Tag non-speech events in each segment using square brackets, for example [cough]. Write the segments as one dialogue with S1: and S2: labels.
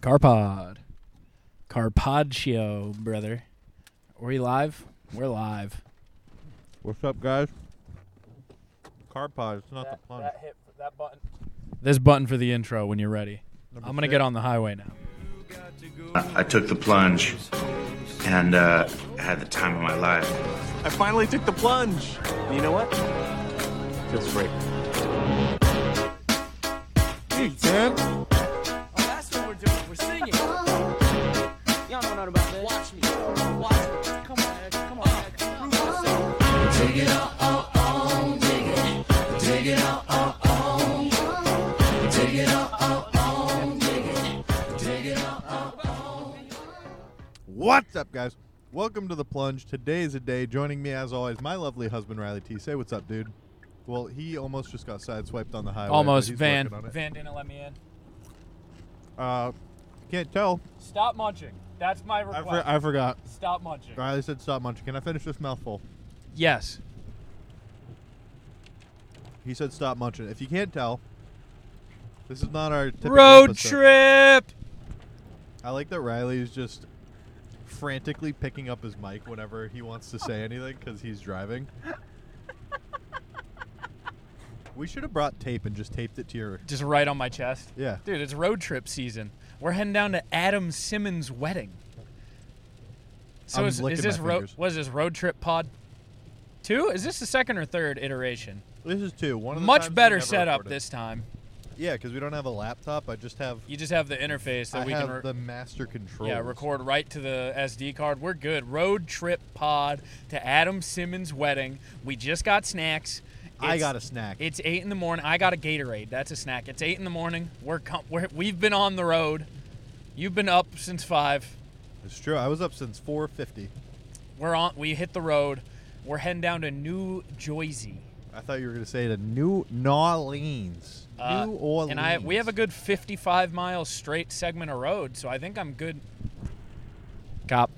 S1: Carpod. Carpaccio, brother. Are we live? We're live.
S2: What's up, guys? Car pod. It's not the plunge.
S1: hit, that button. This button for the intro when you're ready.
S2: Number
S1: I'm going to
S2: six. Oh,
S1: get on the highway now.
S3: I took the plunge and uh, had the time of my life.
S4: I finally took the plunge. And you know what? Feels great.
S5: That's what we're doing. We're singing. Y'all know nothing about this. Watch me. Watch me. Come on, Ed. Come on, Ed. Prove yourself.
S2: What's up, guys? Welcome to the plunge. Today is a day. Joining me, as always, my lovely husband Riley T. Say what's up, dude. Well, he almost just got sideswiped on the highway. but
S1: Almost.
S2: he's
S1: Van.
S2: working on it.
S1: Van didn't let me in.
S2: Uh, can't tell.
S1: Stop munching. That's my
S2: I,
S1: request.
S2: for- I forgot.
S1: Stop munching.
S2: Riley said stop munching. Can I finish this mouthful?
S1: Yes.
S2: He said stop munching. If you can't tell, this is not our typical
S1: Road
S2: episode.
S1: trip.
S2: I like that Riley is just frantically picking up his mic whenever he wants to say anything because he's driving. we should have brought tape and just taped it to your.
S1: Just right on my chest.
S2: Yeah.
S1: Dude, it's road trip season. We're heading down to Adam Simmons' wedding. So
S2: I'm
S1: is,
S2: licking
S1: is this
S2: my
S1: road?
S2: fingers.
S1: Was this road trip pod two? Is this the second or third iteration?
S2: This is two. One of the times
S1: Much
S2: we
S1: better
S2: never
S1: setup
S2: recorded.
S1: this time.
S2: Yeah, because we don't have a laptop. I just have.
S1: You just have the interface that
S2: I
S1: we
S2: have
S1: can re-
S2: the master control.
S1: yeah record right to the SD card. We're good. Road trip pod to Adam Simmons' wedding. We just got snacks.
S2: I
S1: It's-
S2: got a snack.
S1: It's eight in the morning. I got a Gatorade. That's a snack. It's eight in the morning. We're, com- we're we've been on the road. You've been up since five.
S2: It's true. I was up since 4:50.
S1: We're on. We hit the road. We're heading down to New Jersey.
S2: I thought you were gonna say the New Orleans.
S1: Uh,
S2: New Orleans.
S1: And I we have a good 55 mile straight segment of road, so I think I'm good. Cop.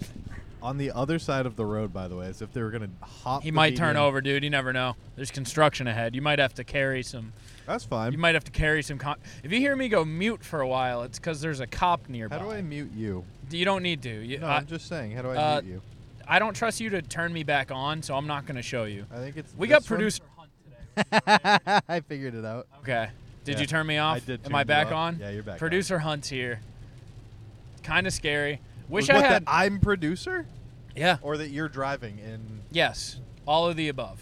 S2: on the other side of the road, by the way, as if they were gonna hop.
S1: He
S2: the
S1: might turn
S2: median.
S1: over, dude. You never know. There's construction ahead. You might have to carry some.
S2: That's fine.
S1: You might have to carry some. Con- if you hear me go mute for a while, it's because there's a cop nearby.
S2: How do I mute you?
S1: You don't need to. You,
S2: No,
S1: I,
S2: I'm just saying. How do I
S1: uh,
S2: mute you?
S1: I don't trust you to turn me back on, so I'm not going to show you.
S2: I think it's.
S1: We
S2: this
S1: got producer Hunt today.
S2: one. [laughs] I figured it out.
S1: Okay. Did
S2: Yeah.
S1: you turn me off?
S2: I did turn
S1: Am I
S2: you
S1: back
S2: off.
S1: on?
S2: Yeah, you're back on.
S1: Producer Hunt's here. Kind of scary. Wish
S2: what,
S1: I had.
S2: That I'm producer,
S1: yeah.
S2: or that you're driving. And
S1: Yes. All of the above.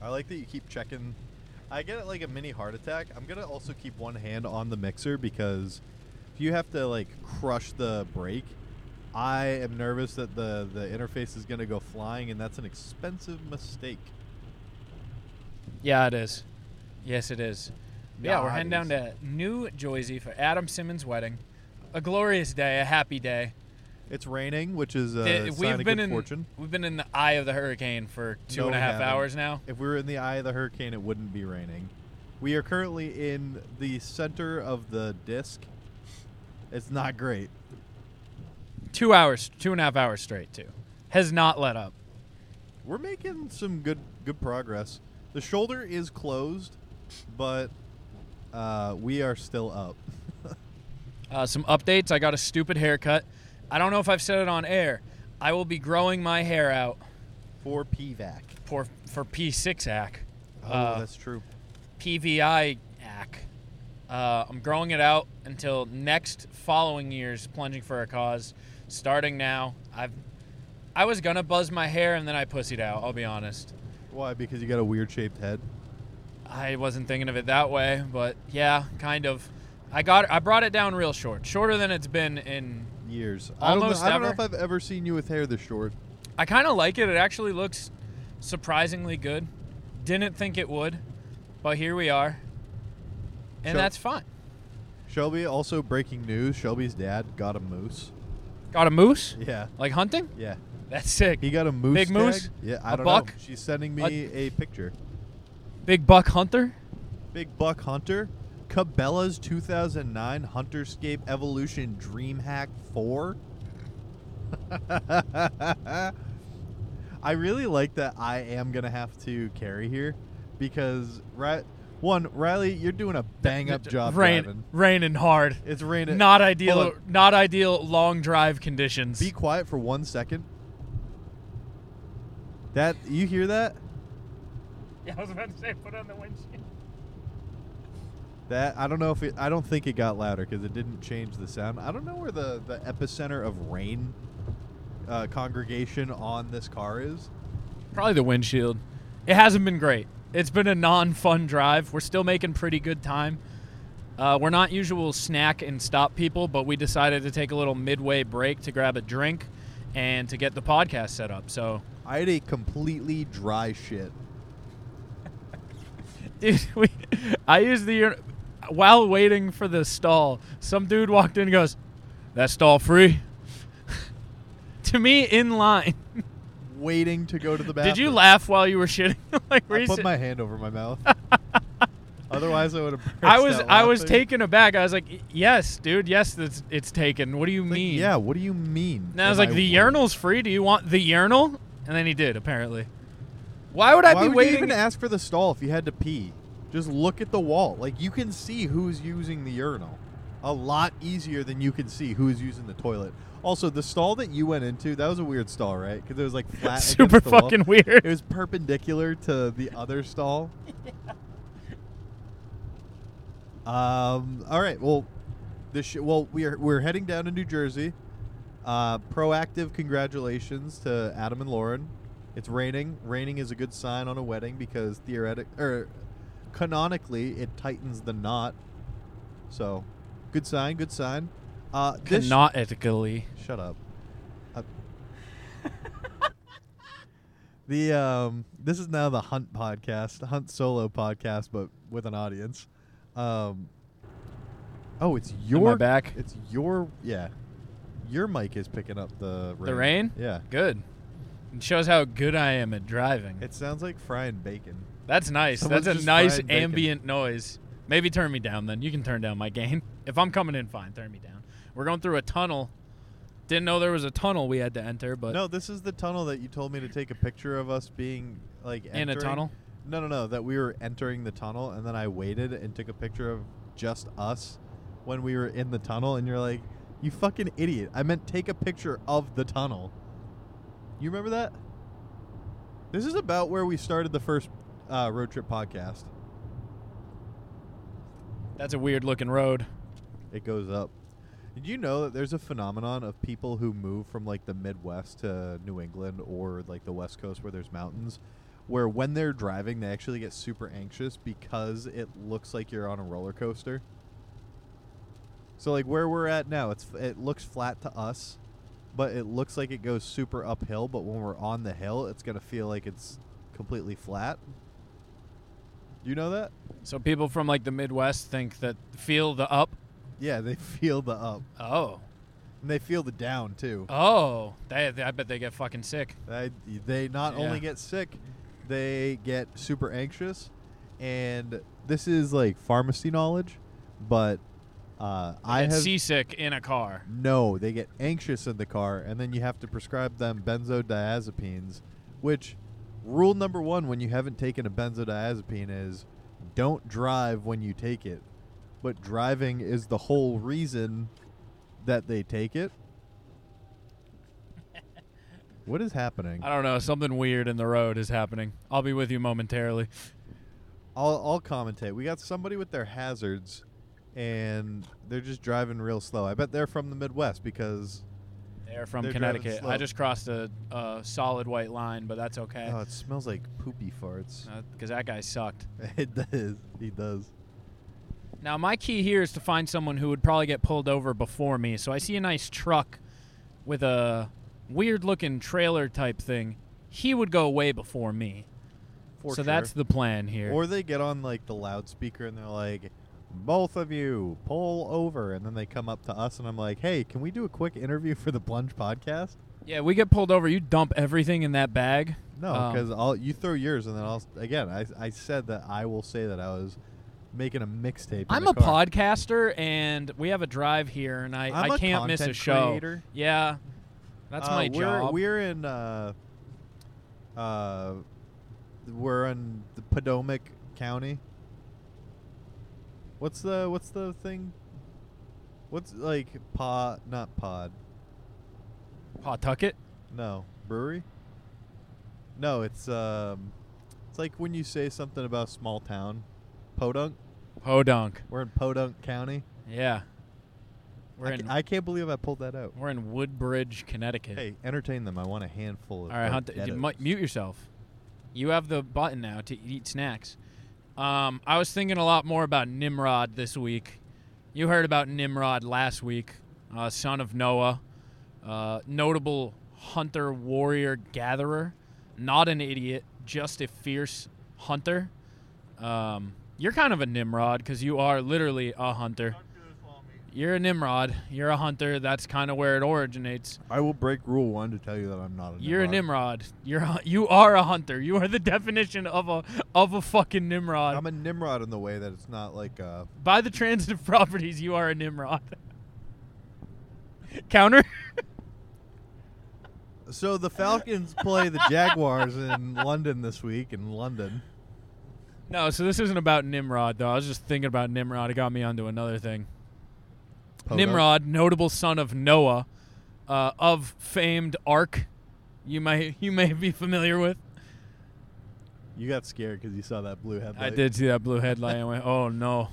S2: I like that you keep checking. I get like a mini heart attack. I'm gonna also keep one hand on the mixer because if you have to like crush the brake, I am nervous that the the interface is gonna go flying, and that's an expensive mistake.
S1: Yeah, it is. Yes, it is. Yeah, we're heading down
S2: Nice.
S1: to New Jersey for Adam Simmons' wedding. A glorious day, a happy day.
S2: It's raining, which is a
S1: Th-
S2: sign of
S1: Eh, we've been
S2: good
S1: in
S2: fortune.
S1: we've been in the eye of the hurricane for two
S2: No,
S1: and a
S2: we
S1: half
S2: haven't.
S1: hours now.
S2: If we were in the eye of the hurricane, it wouldn't be raining. We are currently in the center of the disc. It's not great.
S1: Two hours, two and a half hours straight too. Has not let up.
S2: We're making some good good progress. The shoulder is closed, but uh, we are still up. [laughs]
S1: Uh, some updates. I got a stupid haircut. I don't know if I've said it on air. I will be growing my hair out
S2: For PVAC.
S1: for for P6 AC.
S2: Oh,
S1: Uh,
S2: that's true.
S1: PVI ack. Uh, I'm growing it out until next following year's plunging for a cause. Starting now, I've I was gonna buzz my hair and then I pussied out. I'll be honest.
S2: Why? Because you got a weird shaped head.
S1: I wasn't thinking of it that way, but yeah, kind of. I got I brought it down real short, shorter than it's been in.
S2: Years. I don't, know,
S1: Almost
S2: I don't know
S1: ever.
S2: if I've ever seen you with hair this short.
S1: I kind of like it. It actually looks surprisingly good. Didn't think it would, but here we are, and
S2: So-
S1: that's fine.
S2: Shelby, also breaking news Shelby's dad got a moose.
S1: Got a moose,
S2: Yeah.
S1: like hunting.
S2: Yeah.
S1: That's sick.
S2: He got a moose.
S1: Big
S2: tag?
S1: moose?
S2: Yeah, I
S1: A
S2: don't know.
S1: buck?
S2: She's sending me a, picture.
S1: Big buck hunter.
S2: Big buck hunter, Cabela's 2009 Hunterscape Evolution DreamHack [laughs] 4. I really like that. I am gonna have to carry here because right One, Riley, you're doing a bang up job
S1: Rain,
S2: driving.
S1: raining hard.
S2: It's raining.
S1: Not
S2: Hold
S1: ideal.
S2: on.
S1: Not ideal long drive conditions.
S2: Be quiet for one second. That you hear that?
S1: yeah, I was about to say put on the windshield.
S2: That I don't know if it, I don't think it got louder because it didn't change the sound. I don't know where the the epicenter of rain uh, congregation on this car is.
S1: Probably the windshield. It hasn't been great. It's been a non-fun drive. We're still making pretty good time. Uh, we're not usual snack and stop people, but we decided to take a little midway break to grab a drink and to get the podcast set up. So,
S2: I had a completely dry shit.
S1: dude, [laughs] we, I used the ur- while waiting for the stall. Some dude walked in and goes, "That stall free." [laughs] to me, in line. [laughs]
S2: Waiting to go to the bathroom.
S1: Did you laugh while you were shitting? [laughs] like, were
S2: I
S1: you
S2: put
S1: sit-
S2: my hand over
S1: [laughs]
S2: my mouth. Otherwise, I would have.
S1: I was I was taken aback. I was like, "Yes, dude. Yes, it's it's taken. What do you mean?"
S2: Yeah, what do you mean?
S1: And I was
S2: Am
S1: like, "The
S2: waiting?"
S1: urinal's free. Do you want the urinal?" And then he did. Apparently. Why would I
S2: Why
S1: be
S2: would
S1: waiting?
S2: you
S1: [laughs]
S2: even ask for the stall if you had to pee? Just look at the wall. Like you can see who's using the urinal. A lot easier than you can see who's using the toilet. Also, the stall that you went into, that was a weird stall, right? Because it was like
S1: [laughs]
S2: flat. against
S1: Super
S2: the wall.
S1: fucking
S2: It
S1: weird.
S2: was perpendicular to the other stall. Um. All right. Well, this. Sh- well, we are we're heading down to New Jersey. Uh, proactive congratulations to Adam and Lauren. It's raining. Raining is a good sign on a wedding because theoretic or canonically it tightens the knot. So, good sign. Good sign. Uh, this
S1: Canonically.
S2: Shut up. Uh, [laughs] the um, this is now the Hunt podcast, the Hunt solo podcast, but with an audience. Um, oh, it's your
S1: back?
S2: It's your yeah. Your mic is picking up the rain.
S1: The rain?
S2: Yeah,
S1: Good. It shows how good I am at driving.
S2: it sounds like frying bacon.
S1: That's nice.
S2: Someone's
S1: That's a
S2: just
S1: nice
S2: frying bacon.
S1: ambient noise. Maybe turn me down then. You can turn down my gain. [laughs] If I'm coming in fine, turn me down. We're going through a tunnel. Didn't know there was a tunnel we had to enter, but
S2: no, this is the tunnel that you told me to take a picture of us being like
S1: in a
S2: entering.
S1: tunnel.
S2: No, no, no. That we were entering the tunnel, and then I waited and took a picture of just us when we were in the tunnel, and you're like, "You fucking idiot!" I meant take a picture of the tunnel. You remember that? This is about where we started the first uh, road trip podcast.
S1: That's a weird looking road.
S2: It goes up. Did you know that there's a phenomenon of people who move from like the Midwest to New England or like the West Coast where there's mountains, where when they're driving they actually get super anxious because it looks like you're on a roller coaster. So like where we're at now, it's it looks flat to us, but it looks like it goes super uphill. But when we're on the hill, it's gonna feel like it's completely flat. You know that?
S1: So people from like the Midwest think that feel the up.
S2: Yeah, they [laughs] feel the up
S1: Oh,
S2: and they feel the down too.
S1: oh, they, they- I bet they get fucking sick.
S2: I, they not only
S1: Yeah.
S2: get sick, they get super anxious, and this is like pharmacy knowledge, but uh, I
S1: Get
S2: have
S1: seasick in a car.
S2: no. They get anxious in the car, and then you have to prescribe them benzodiazepines, which rule number one when you haven't taken a benzodiazepine is don't drive when you take it. But driving is the whole reason that they
S1: [laughs]
S2: take it. What is happening?
S1: I don't know. Something weird in the road is happening. I'll be with you momentarily.
S2: I'll, I'll commentate. We got somebody with their hazards, and they're just driving real slow. I bet they're from the Midwest because
S1: They're from
S2: They're driving
S1: Connecticut.
S2: slow.
S1: I just crossed a, a solid white line, but that's okay.
S2: oh, it smells like poopy farts.
S1: because that guy sucked.
S2: [laughs] it does. He does.
S1: Now my key here is to find someone who would probably get pulled over before me. So I see a nice truck with a weird-looking trailer type thing. He would go way before me.
S2: For
S1: so
S2: sure.
S1: that's the plan here.
S2: Or they get on like the loudspeaker and they're like, "Both of you, pull over," and then they come up to us, and I'm like, "Hey, can we do a quick interview for the Plunge podcast?"
S1: yeah, we get pulled over. You dump everything in that bag.
S2: No,
S1: Um,
S2: because I'll you throw yours, and then I'll again. I I said that I will say that I was making a mixtape. in
S1: I'm
S2: the
S1: a
S2: car.
S1: podcaster, and we have a drive here, and I,
S2: I'm
S1: I
S2: a
S1: can't miss a
S2: content
S1: show.
S2: creator.
S1: Yeah, that's
S2: Uh,
S1: my
S2: we're,
S1: job.
S2: We're in uh, uh, we're in the Potomac County, What's the what's the thing? What's like pod? Not pod.
S1: Pawtucket?
S2: No brewery. No, it's um, it's like when you say something about small town, Podunk.
S1: Podunk.
S2: We're in Podunk County.
S1: Yeah.
S2: I,
S1: We're in
S2: ca- I can't believe I pulled that out.
S1: we're in Woodbridge, Connecticut.
S2: Hey, entertain them. I want a handful of.
S1: All right, Hunt, you
S2: potatoes.
S1: mu- mute yourself. You have the button now to eat snacks. Um, I was thinking a lot more about Nimrod this week. You heard about Nimrod last week, uh, son of Noah, uh, notable hunter, warrior, gatherer, not an idiot, just a fierce hunter. Um, you're kind of a Nimrod because you are literally a hunter. You're a Nimrod. You're a hunter. That's kind of where it originates.
S2: I will break rule one to tell you that I'm not a.
S1: You're a Nimrod. You're a, you are a hunter. You are the definition of a of a fucking Nimrod.
S2: I'm a Nimrod in the way that it's not like uh
S1: By the transitive [laughs] properties, you are a Nimrod. Counter. [laughs]
S2: So the Falcons play the
S1: [laughs]
S2: Jaguars in London this week in London.
S1: no, so this isn't about Nimrod though. I was just thinking about Nimrod. It got me onto another thing.
S2: Podunk.
S1: Nimrod, notable son of Noah, uh, of famed Ark. You may you may be familiar with.
S2: You got scared because you saw that blue headlight.
S1: I did see that blue headlight and went, oh no,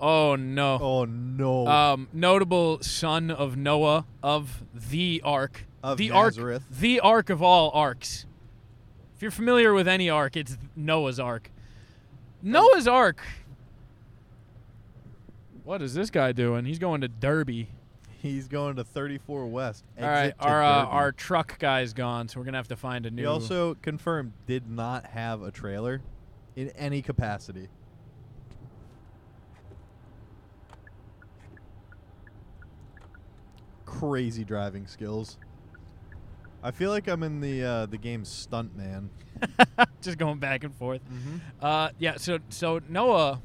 S1: oh no.
S2: Oh no!
S1: um, notable son of Noah of the Ark,
S2: Of
S1: the
S2: Nazareth.
S1: Ark, the Ark of all arcs. If you're familiar with any Ark, it's Noah's Ark. Noah's Ark. What is this guy doing? He's going to Derby.
S2: He's going to 34 West.
S1: all right,
S2: exit to
S1: our uh,
S2: Derby.
S1: our truck guy's gone, so we're gonna have to find a new.
S2: He also confirmed did not have a trailer in any capacity. Crazy driving skills. I feel like I'm in the uh, the game Stuntman.
S1: [laughs] just going back and forth.
S2: Mm-hmm.
S1: Uh, yeah. So so Noah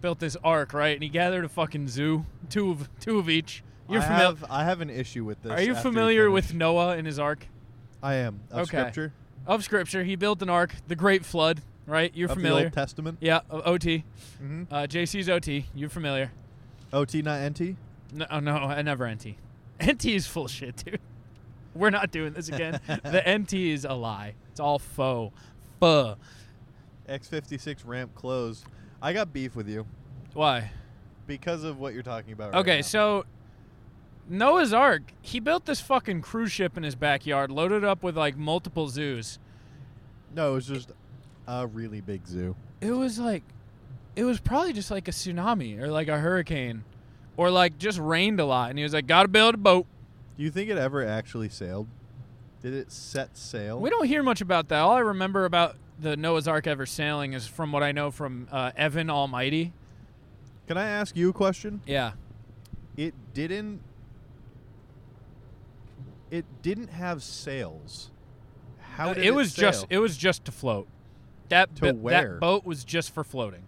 S1: built this ark, right? And he gathered a fucking zoo, two of two of each. You're
S2: I
S1: familiar.
S2: have, I have an issue with this.
S1: Are you
S2: after
S1: familiar with
S2: finish.
S1: Noah and his ark
S2: I am. Of
S1: Okay.
S2: Scripture.
S1: of Scripture? He built an ark, the Great Flood, right? You're
S2: of The
S1: familiar.
S2: Old Testament.
S1: yeah, o- OT.
S2: hmm
S1: Uh, JC's OT. You're familiar.
S2: OT, not NT.
S1: No, oh, no, I never [laughs] NT. NT is full shit, dude. We're not doing this
S2: [laughs]
S1: again. the NT is a lie. It's all faux. Fuh.
S2: X56 ramp closed. I got beef with you
S1: Why?
S2: because of what you're talking about. right
S1: Okay,
S2: now.
S1: so Noah's Ark, he built this fucking cruise ship in his backyard, loaded up with like multiple zoos.
S2: No, it was just a really big zoo.
S1: it was like it was probably just like a tsunami or like a hurricane or like just rained a lot and he was like gotta build a boat
S2: Do you think it ever actually sailed? Did it set sail?
S1: we don't hear much about that all i remember about the noah's ark ever sailing is from what i know from uh, evan almighty
S2: Can I ask you a question?
S1: yeah
S2: It didn't. It didn't have sails. How did
S1: Uh, it was
S2: sail?
S1: just it was just to float that
S2: To
S1: bo-
S2: where?
S1: that boat was just for floating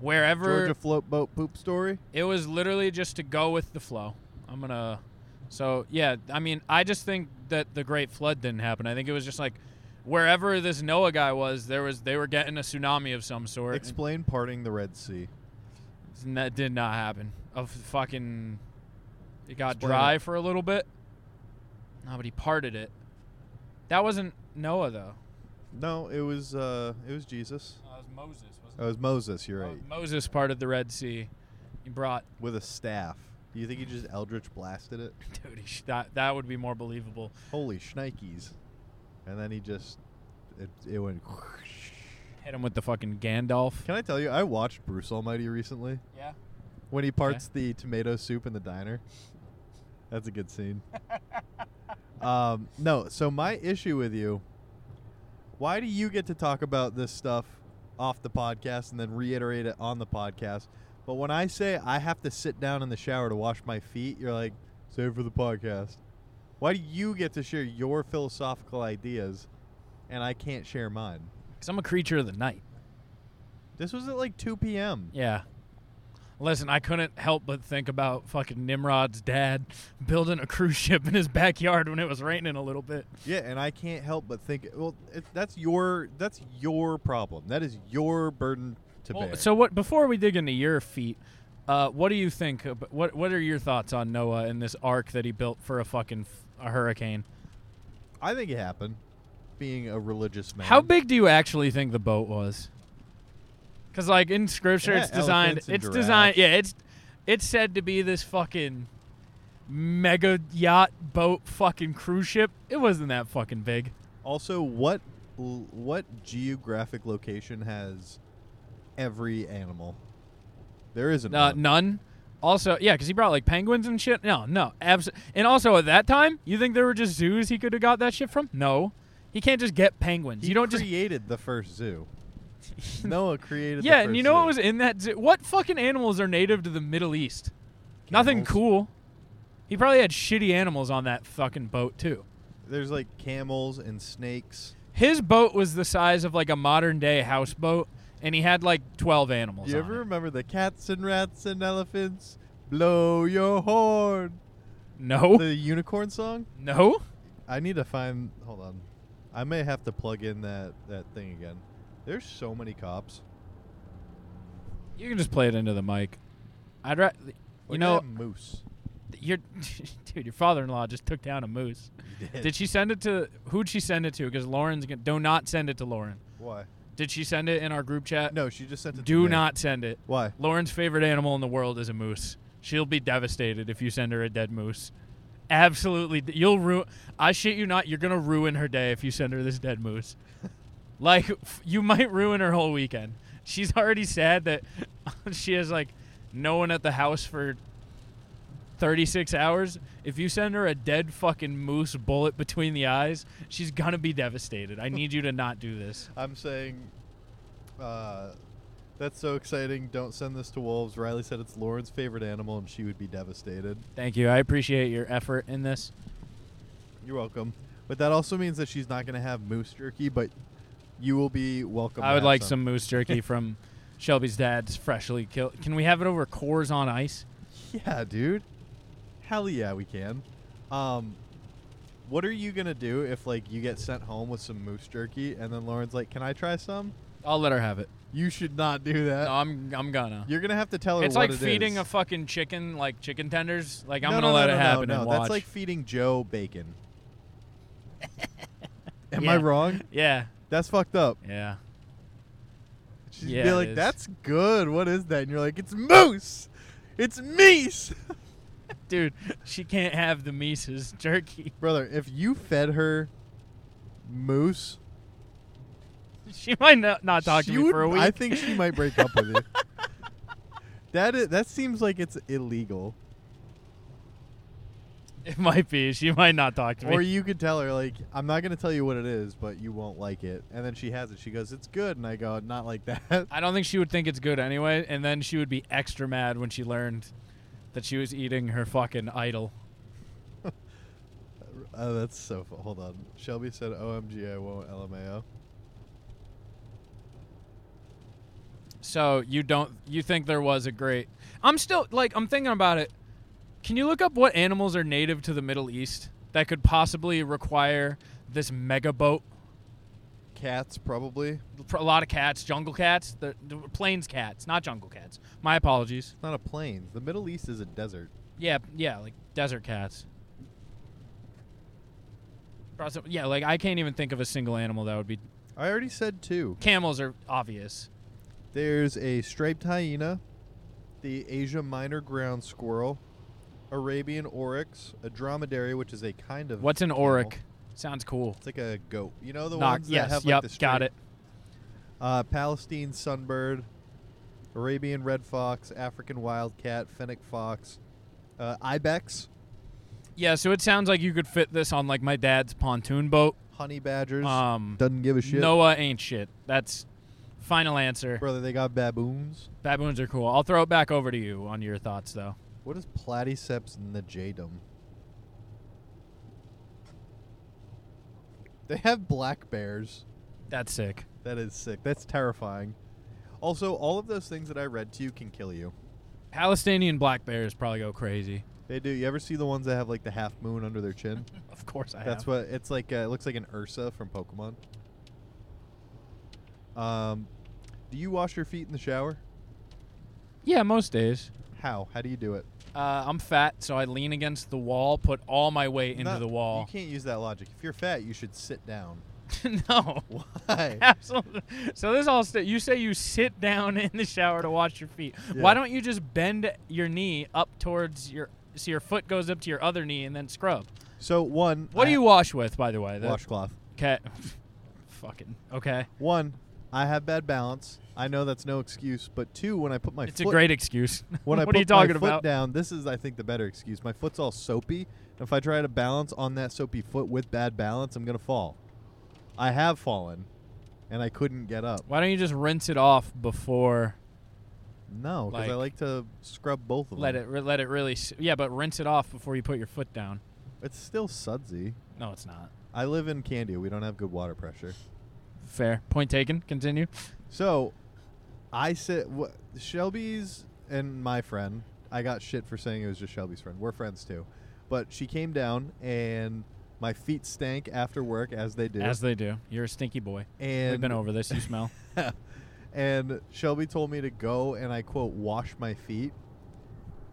S1: wherever
S2: Georgia float boat poop story.
S1: It was literally just to go with the flow. I'm gonna. So yeah, I mean, I just think that the Great Flood didn't happen. I think it was just like wherever this Noah guy was, there was they were getting a tsunami of some sort,
S2: Explain parting the Red Sea.
S1: and that did not happen. Of fucking, it got
S2: Explain
S1: dry
S2: it.
S1: for a little bit. No, but he parted it. That wasn't Noah though.
S2: No, it was uh, it was Jesus. Oh,
S1: That was Moses.
S2: It was Moses. You're
S1: Wasn't
S2: right.
S1: Moses parted the Red Sea. He brought [laughs]
S2: With a staff. Do you think he just Eldritch blasted it?
S1: dude. He, sh- that that would be more believable.
S2: Holy shnikes! And then he just it, it went.
S1: Hit him with the fucking Gandalf.
S2: Can I tell you? I watched Bruce Almighty recently
S1: Yeah.
S2: when he parts the tomato soup in the diner. [laughs] That's a good scene. um, no, so my issue with you. Why do you get to talk about this stuff off the podcast and then reiterate it on the podcast? But when I say I have to sit down in the shower to wash my feet, you're like, save for the podcast. Why do you get to share your philosophical ideas and I can't share mine?
S1: Because I'm a creature of the night.
S2: This was at like 2 p.m.
S1: Yeah. Listen, I couldn't help but think about fucking Nimrod's dad [laughs] building a cruise ship in his backyard when it was raining a little bit.
S2: Yeah, and I can't help but think. Well, it, that's your that's your problem. That is your burden to
S1: Well,
S2: bear.
S1: so what? Before we dig into your feet, Uh, what do you think? ab- What What are your thoughts on Noah and this ark that he built for a fucking f- a hurricane?
S2: I think it happened. Being a religious man.
S1: How big do you actually think the boat was? Because like in scripture,
S2: Yeah,
S1: it's designed.
S2: elephants and
S1: It's designed.
S2: giraffes.
S1: Yeah, it's it's said to be this fucking mega yacht boat fucking cruise ship. It wasn't that fucking big.
S2: Also, what l- what geographic location has every animal? There isn't.
S1: Uh,
S2: one.
S1: none. Also, yeah, because he brought like penguins and shit. No, no, abs- And also at that time, you think there were just zoos he could have got that shit from? No, he can't just get penguins.
S2: He
S1: you don't just
S2: created the
S1: [laughs]
S2: first zoo. Noah created. the
S1: yeah. And
S2: first
S1: you know what
S2: zoo.
S1: was in that zoo? What fucking animals are native to the Middle East? Nothing
S2: Camels.
S1: cool. He probably had shitty animals on that fucking boat too.
S2: There's like camels and snakes.
S1: His boat was the size of like a modern day houseboat, and he had like twelve animals.
S2: Do you
S1: on
S2: ever
S1: it.
S2: remember the cats and rats and elephants? Blow your horn.
S1: [laughs] No,
S2: The unicorn song.
S1: no.
S2: I need to find. Hold on. I may have to plug in that that thing again. There's so many cops.
S1: You can just play it into the mic. I'd rather.
S2: Look
S1: You
S2: at
S1: know,
S2: that moose.
S1: your [laughs] dude, your father-in-law just took down a moose.
S2: He did.
S1: Did she send it to who'd she send it to? Because Lauren's gonna do not send it to Lauren.
S2: Why?
S1: Did she send it in our group chat?
S2: No, she just sent it. to
S1: Do
S2: me.
S1: not send it.
S2: Why?
S1: Lauren's favorite animal in the world is a moose. She'll be devastated if you send her a dead moose. Absolutely, d- you'll ruin. I shit you not. You're gonna ruin her day if you send her this dead moose. like f- you might ruin her whole weekend. She's already sad that [laughs] she has like no one at the house for 36 hours. If you send her a dead fucking moose bullet between the eyes, she's gonna be devastated. I need you to not do this.
S2: I'm saying, uh, that's so exciting. Don't send this to wolves. Riley said it's Lauren's favorite animal, and she would be devastated.
S1: Thank you. I appreciate your effort in this.
S2: You're welcome. But that also means that she's not going to have moose jerky, but you will be welcome. to
S1: I would
S2: have
S1: like some moose
S2: [laughs]
S1: jerky from Shelby's dad's freshly killed. Can we have it over Coors on Ice?
S2: Yeah, dude. Hell yeah, we can. Um, what are you gonna do if like you get sent home with some moose jerky, and then Lauren's like, "Can I try some?"
S1: I'll let her have it.
S2: You should not do that.
S1: No, I'm I'm gonna.
S2: You're gonna have to tell her.
S1: It's like
S2: what it
S1: feeding
S2: is.
S1: a fucking chicken like chicken tenders. Like I'm
S2: No,
S1: gonna
S2: no,
S1: let
S2: no,
S1: it
S2: no,
S1: happen
S2: No,
S1: and
S2: no,
S1: watch.
S2: that's like feeding Joe bacon.
S1: [laughs]
S2: Am I
S1: Yeah.
S2: wrong?
S1: yeah,
S2: That's fucked up.
S1: yeah.
S2: She'd
S1: Yeah,
S2: be
S1: it
S2: like,
S1: is.
S2: "That's good. What is that?" And you're like, "It's moose. It's meese." [laughs]
S1: Dude, she can't have the Mises jerky. [laughs]
S2: Brother, if you fed her moose,
S1: She might not, not talk
S2: she
S1: to me
S2: would-
S1: for a week.
S2: I think she might break up with you. That is, that seems like it's illegal.
S1: [laughs] it might be. She might not talk to me.
S2: Or you could tell her like, "I'm not gonna tell you what it is, but you won't like it." And then she has it. She goes, "It's good," and I go, "Not like that."
S1: I don't think she would think it's good anyway, and then she would be extra mad when she learned that she was eating her fucking idol.
S2: [laughs] Oh, that's so. Fu- Hold on. Shelby said, "OMG, I won't LMAO."
S1: So you don't you think there was a great I'm still like I'm thinking about it. Can you look up what animals are native to the Middle East that could possibly require this mega boat?
S2: Cats probably.
S1: A lot of cats, jungle cats, the, the plains cats, not jungle cats. My apologies.
S2: It's not a plains. The Middle East is a desert.
S1: Yeah, yeah, like desert cats. Brought some- Yeah, like I can't even think of a single animal that would be.
S2: I already said two.
S1: Camels are obvious.
S2: There's a striped hyena, the Asia minor ground squirrel, Arabian oryx, a dromedary, which is a kind of.
S1: What's an
S2: camel.
S1: oric? Sounds cool.
S2: It's like a goat. You know the
S1: Knock-
S2: ones that
S1: yes,
S2: have
S1: yep,
S2: like the
S1: got
S2: straight-
S1: it.
S2: Uh, Palestine sunbird, Arabian red fox, African wildcat, fennec fox, uh, ibex,
S1: Yeah, so it sounds like you could fit this on like my dad's pontoon boat.
S2: honey badgers.
S1: Um,
S2: Doesn't give a shit.
S1: Noah ain't shit. That's final answer.
S2: Brother, they got baboons.
S1: Baboons are cool. I'll throw it back over to you on your thoughts though.
S2: What is platyceps najadum? They have black bears.
S1: That's sick.
S2: That is sick. That's terrifying. Also, all of those things that I read to you can kill you.
S1: Palestinian black bears probably go crazy.
S2: They do. You ever see the ones that have like the half moon under their chin?
S1: Of course [laughs] I
S2: That's
S1: have.
S2: what it's like. Uh, it looks like an Ursa from Pokemon. Um, do you wash your feet in the shower?
S1: Yeah, most days.
S2: How? How do you do it?
S1: Uh, I'm fat, so I lean against the wall, put all my weight into
S2: Not-
S1: the wall.
S2: You can't use that logic. If you're fat, you should sit down. [laughs]
S1: [laughs] no.
S2: Why?
S1: [laughs] Absolutely. So this all st- you say you sit down [laughs] in the shower to wash your feet. Why
S2: Yeah.
S1: don't you just bend your knee up towards your so your foot goes up to your other knee and then scrub?
S2: So one.
S1: What
S2: I-
S1: do you wash with, by the way? The-
S2: washcloth?
S1: Okay. [laughs] Fucking okay.
S2: One, I have bad balance. I know that's no excuse, but two, when I put my
S1: It's
S2: foot,
S1: a great excuse. [laughs]
S2: when I
S1: what
S2: put
S1: are you talking
S2: my foot
S1: about?
S2: down, this is I think the better excuse. My foot's all soapy, and if I try to balance on that soapy foot with bad balance, I'm gonna fall. I have fallen, and I couldn't get up.
S1: Why don't you just rinse it off before
S2: No, because I like
S1: Like-
S2: to scrub both of
S1: let
S2: them.
S1: it re- let it really s- yeah, but rinse it off before you put your foot down.
S2: It's still sudsy.
S1: No, it's not.
S2: I live in Candia. We don't have good water pressure.
S1: Fair. Point taken. Continue.
S2: So, I said wha Shelby's and my friend. I got shit for saying it was just Shelby's friend. We're friends too, but she came down and my feet stank after work as they do.
S1: As they do. You're a stinky boy.
S2: and
S1: We've been over this. You smell.
S2: [laughs] and Shelby told me to go and I quote wash my feet,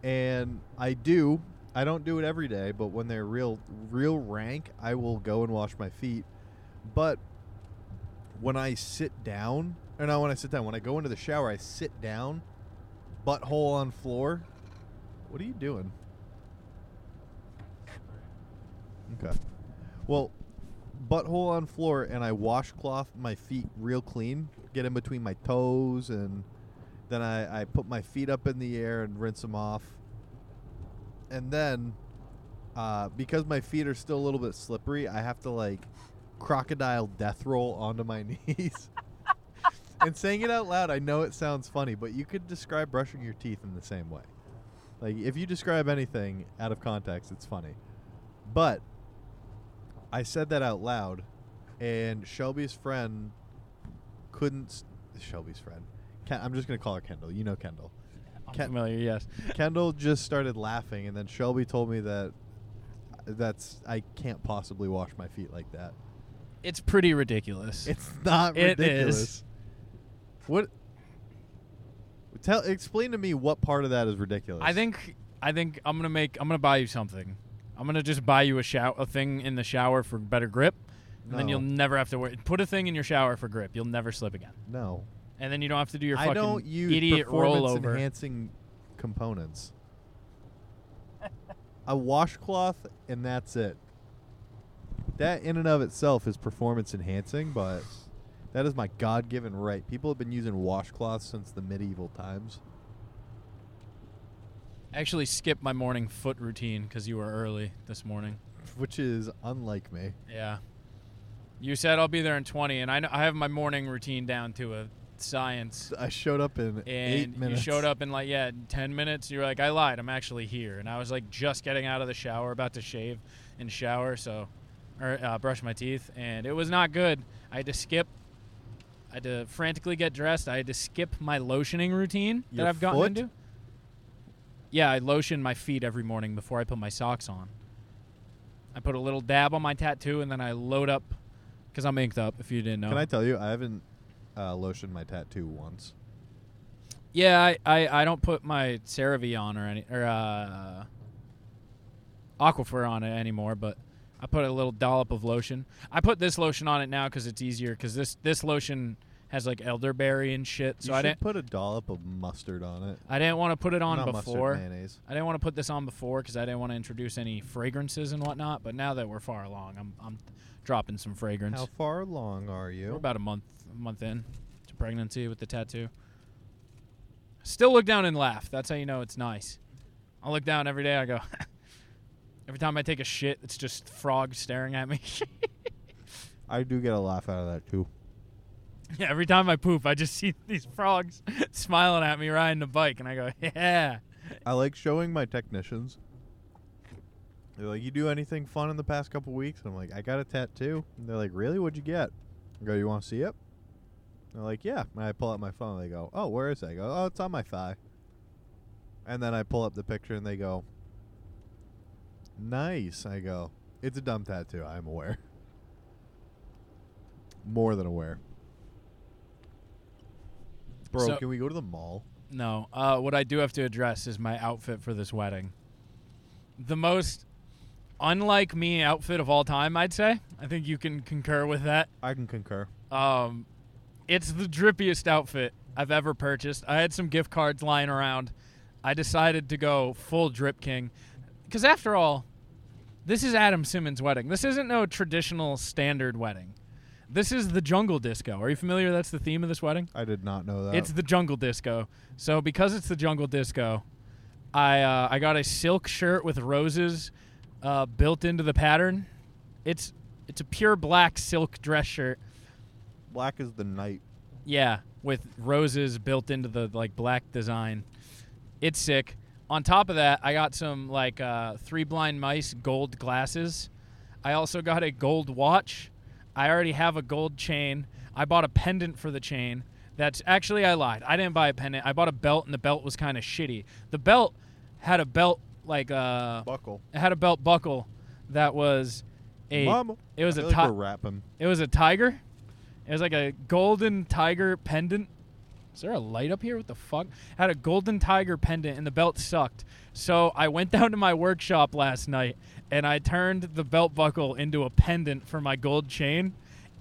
S2: and I do. I don't do it every day, but when they're real, real rank, I will go and wash my feet. But when I sit down, or not when I sit down, when I go into the shower, I sit down, butthole on floor. What are you doing? Okay. Well, butthole on floor, and I washcloth my feet real clean, get in between my toes, and then I, I put my feet up in the air and rinse them off. And then, uh, because my feet are still a little bit slippery, I have to like crocodile death roll onto my [laughs] knees. and saying it out loud, I know it sounds funny, but you could describe brushing your teeth in the same way. Like, if you describe anything out of context, it's funny. But I said that out loud, and Shelby's friend couldn't. s- Shelby's friend. Ken, I'm just going to call her Kendall. You know Kendall.
S1: I'm
S2: Ken-
S1: familiar. Yes.
S2: Kendall just started laughing, and then Shelby told me that that's I can't possibly wash my feet like that.
S1: It's pretty ridiculous.
S2: It's [laughs]
S1: [laughs]
S2: not
S1: It
S2: ridiculous.
S1: is.
S2: What? Tell explain to me what part of that is ridiculous.
S1: I think I think I'm gonna make I'm gonna buy you something. I'm gonna just buy you a shower a thing in the shower for better grip, and then
S2: No.
S1: you'll never have to worry. Put a thing in your shower for grip. You'll never slip again,
S2: no.
S1: and then you don't have to do your
S2: I
S1: fucking
S2: don't use
S1: idiot
S2: performance
S1: rollover.
S2: enhancing components. a washcloth and that's it. That in and of itself is performance enhancing, but that is my god-given right. People have been using washcloths since the medieval times.
S1: I actually skipped my morning foot routine because you were early this morning.
S2: which is unlike me.
S1: Yeah, you said I'll be there in 20, and I know, I have my morning routine down to a science.
S2: I showed up in [laughs] eight
S1: And you
S2: minutes.
S1: showed up in like yeah, ten minutes. You were like, I lied. I'm actually here, and I was like just getting out of the shower, about to shave and shower, so or uh, brush my teeth, and it was not good. I had to skip. I had to frantically get dressed. I had to skip my lotioning routine
S2: Your
S1: that I've gotten
S2: foot?
S1: into. Yeah, I lotion my feet every morning before I put my socks on. I put a little dab on my tattoo, and then I load up because I'm inked up. If you didn't know,
S2: Can I tell you, I haven't uh, lotioned my tattoo once.
S1: Yeah, I, I, I don't put my CeraVe on or any or uh, Aquifer on it anymore, but I put a little dollop of lotion. I put this lotion on it now because it's easier because this this lotion has like elderberry and shit, so
S2: you
S1: I
S2: should
S1: didn't
S2: put a dollop of mustard on it.
S1: I didn't want to put it on
S2: Not
S1: before.
S2: mustard mayonnaise.
S1: I didn't want to put this on before because I didn't want to introduce any fragrances and whatnot. But now that we're far along, I'm I'm dropping some fragrance.
S2: How far along are you?
S1: We're about a month a month in to pregnancy with the tattoo. Still look down and laugh. That's how you know it's nice. I look down every day. I go. [laughs] every time I take a shit, it's just frogs staring at me. [laughs]
S2: I do get a laugh out of that too.
S1: yeah, every time I poop, I just see these frogs [laughs] smiling at me riding the bike, and I go, [laughs] yeah.
S2: I like showing my technicians. They're like, "You do anything fun in the past couple weeks?" I'm like, "I got a tattoo." And they're like, "Really? What'd you get?" I go, "You want to see it?" They're like, "Yeah." And I pull out my phone. They go, "Oh, where is it?" I go, "Oh, it's on my thigh." And then I pull up the picture, and they go, "Nice." I go, "It's a dumb tattoo. I'm aware. [laughs] More than aware." Bro,
S1: So-
S2: can we go to the mall?
S1: No. Uh, what I do have to address is my outfit for this wedding. The most unlike me outfit of all time, I'd say. I think you can concur with that.
S2: I can concur.
S1: Um, it's the drippiest outfit I've ever purchased. I had some gift cards lying around. I decided to go full drip king, because after all, this is Adam Simmons' wedding. This isn't no traditional standard wedding. This is the jungle disco. Are you familiar? That's the theme of this wedding.
S2: I did not know that.
S1: It's the jungle disco. So because it's the jungle disco, I uh, I got a silk shirt with roses uh, built into the pattern. It's it's a pure black silk dress shirt.
S2: black is the night.
S1: Yeah, with roses built into the like black design. It's sick. On top of that, I got some like uh, three blind mice gold glasses. I also got a gold watch. I already have a gold chain. I bought a pendant for the chain. That's actually I lied. I didn't buy a pendant. I bought a belt, and the belt was kind of shitty. The belt had a belt like uh,
S2: Buckle.
S1: it had a belt buckle that was a
S2: Mama.
S1: it was a
S2: I feel
S1: ti-
S2: like we're rapping.
S1: it was a tiger. It was like a golden tiger pendant. Is there a light up here? What the fuck? Had a golden tiger pendant and the belt sucked. So I went [laughs] down to my workshop last night and I turned the belt buckle into a pendant for my gold chain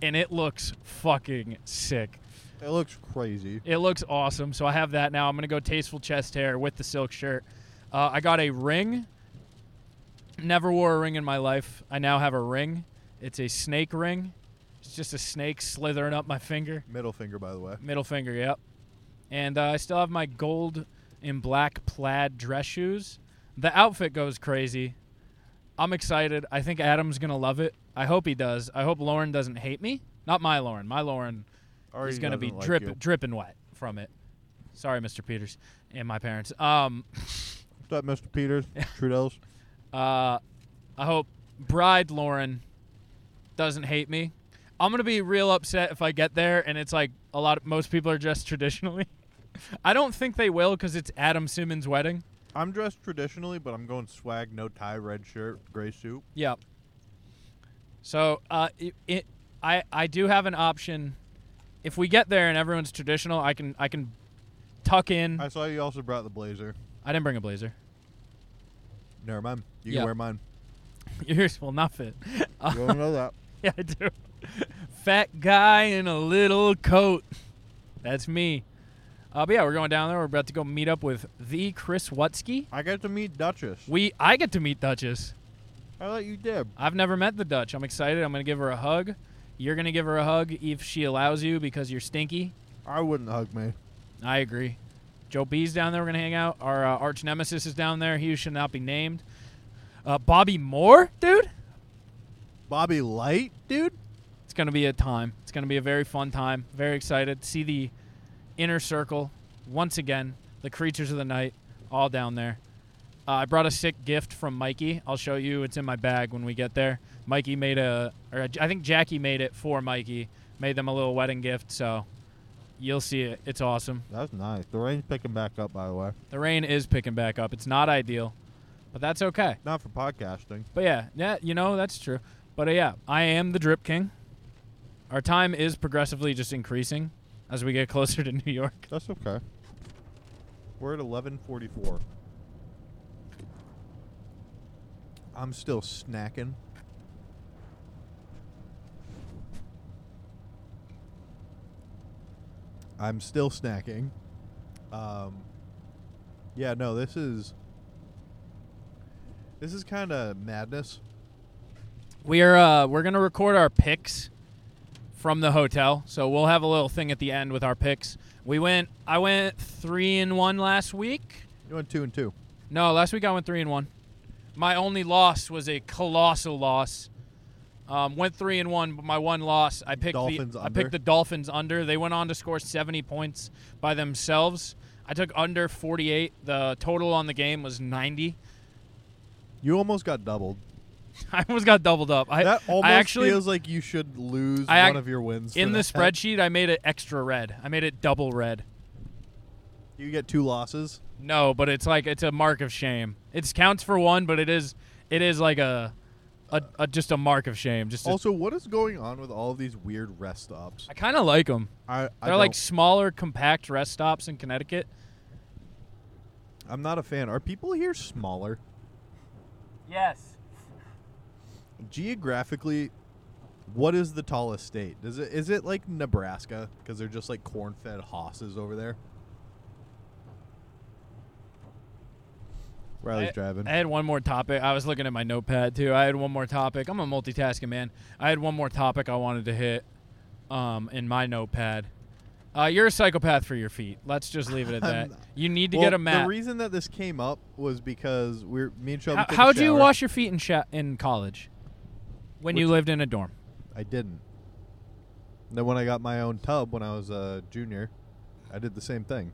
S1: and it looks fucking sick.
S2: It looks crazy.
S1: It looks awesome. So I have that now. I'm gonna go tasteful chest hair with the silk shirt. Uh, I got a ring. Never wore a ring in my life. I now have a ring. It's a snake ring. It's just a snake slithering up my finger,
S2: Middle finger, by the way.
S1: middle finger. Yep. And uh, I still have my gold and black plaid dress shoes. The outfit goes crazy. I'm excited. I think Adam's gonna love it. I hope he does. I hope Lauren doesn't hate me. Not my Lauren. My Lauren
S2: Already
S1: he's gonna be
S2: doesn't like
S1: drip,
S2: you.
S1: dripping wet from it. Sorry, Mr. Peters and my parents. Um,
S2: What's up, Mr. Peters? Trudeau's.
S1: uh, I hope bride Lauren doesn't hate me. I'm gonna be real upset if I get there and it's like a lot. Of, most people are dressed [laughs] traditionally. I don't think they will because it's Adam Simmons' wedding.
S2: I'm dressed traditionally, but I'm going swag, no tie, red shirt, gray suit.
S1: Yeah. So uh, it, it, I I do have an option. If we get there and everyone's traditional, I can I can tuck in.
S2: I saw you also brought the blazer.
S1: I didn't bring a blazer. [laughs]
S2: Never mind. You
S1: Yeah.
S2: can wear mine.
S1: [laughs] Yours will not fit.
S2: You don't know that.
S1: [laughs] Yeah, I do. Fat guy in a little coat. That's me. Uh, but yeah, we're going down there. We're about to go meet up with the Chris Wutsky.
S2: I got to meet Duchess.
S1: We, I get to meet Duchess.
S2: I thought you did.
S1: I've never met the Dutch. I'm excited. I'm gonna give her a hug. You're gonna give her a hug if she allows you because you're stinky.
S2: I wouldn't hug me.
S1: I agree. Joe B's down there. We're gonna hang out. Our uh, arch nemesis is down there. He should not be named. Uh, Bobby Moore, dude.
S2: Bobby Light, dude.
S1: It's going to be a time. It's going to be a very fun time. Very excited. See the inner circle once again. The creatures of the night, all down there. Uh, I brought a sick gift from Mikey. I'll show you. It's in my bag when we get there. Mikey made a, or I think Jackie made it for Mikey. Made them a little wedding gift. So you'll see it. It's awesome.
S2: That's nice. The rain's picking back up, by the way.
S1: The rain is picking back up. It's not ideal, but that's okay.
S2: Not for podcasting.
S1: But yeah, yeah, you know that's true. But uh, yeah, I am the drip king. Our time is progressively just increasing as we get [laughs] closer to New York.
S2: That's okay. We're at 11:44. I'm still snacking. I'm still snacking. Um, yeah, no, this is this is kind of madness.
S1: We are uh, we're gonna record our picks from the hotel, so we'll have a little thing at the end with our picks. We went, I went three and one last week.
S2: You went two and two.
S1: No, last week I went three and one. My only loss was a colossal loss. Um, went three and one, but my one loss, I picked
S2: Dolphins
S1: the I
S2: under.
S1: picked the Dolphins under. They went on to score 70 points by themselves. I took under 48. The total on the game was 90.
S2: You almost got doubled.
S1: [laughs] I almost got doubled up. I,
S2: That almost
S1: I actually
S2: feels like you should lose
S1: I
S2: one
S1: ac-
S2: of your wins. for
S1: in the
S2: that.
S1: spreadsheet I made it extra red. I made it double red.
S2: you get two losses.
S1: No, but it's like it's a mark of shame. It counts for one, but it is it is like a a, a just a mark of shame. Just a,
S2: Also, what is going on with all of these weird rest stops?
S1: I kind of like them.
S2: I, I
S1: They're like
S2: don't-
S1: smaller, compact rest stops in Connecticut.
S2: I'm not a fan. Are people here smaller?
S1: Yes.
S2: Geographically, what is the tallest state? Does it is it like Nebraska because they're just like corn-fed hosses over there? Riley's
S1: I-
S2: driving.
S1: I had one more topic. I was looking at my notepad too. I had one more topic. I'm a multitasking man. I had one more topic I wanted to hit um, in my notepad. Uh, you're a psychopath for your feet. Let's just leave
S2: [laughs]
S1: it at
S2: I'm
S1: that.
S2: not.
S1: You need to
S2: Well,
S1: get a map.
S2: The reason that this came up was because we're me and Shelby.
S1: How,
S2: took a
S1: how'd you
S2: shower.
S1: wash your feet in sha- in college when you
S2: Which-
S1: lived in a dorm?
S2: I didn't. And then when I got my own tub when I was a junior, I did the same thing.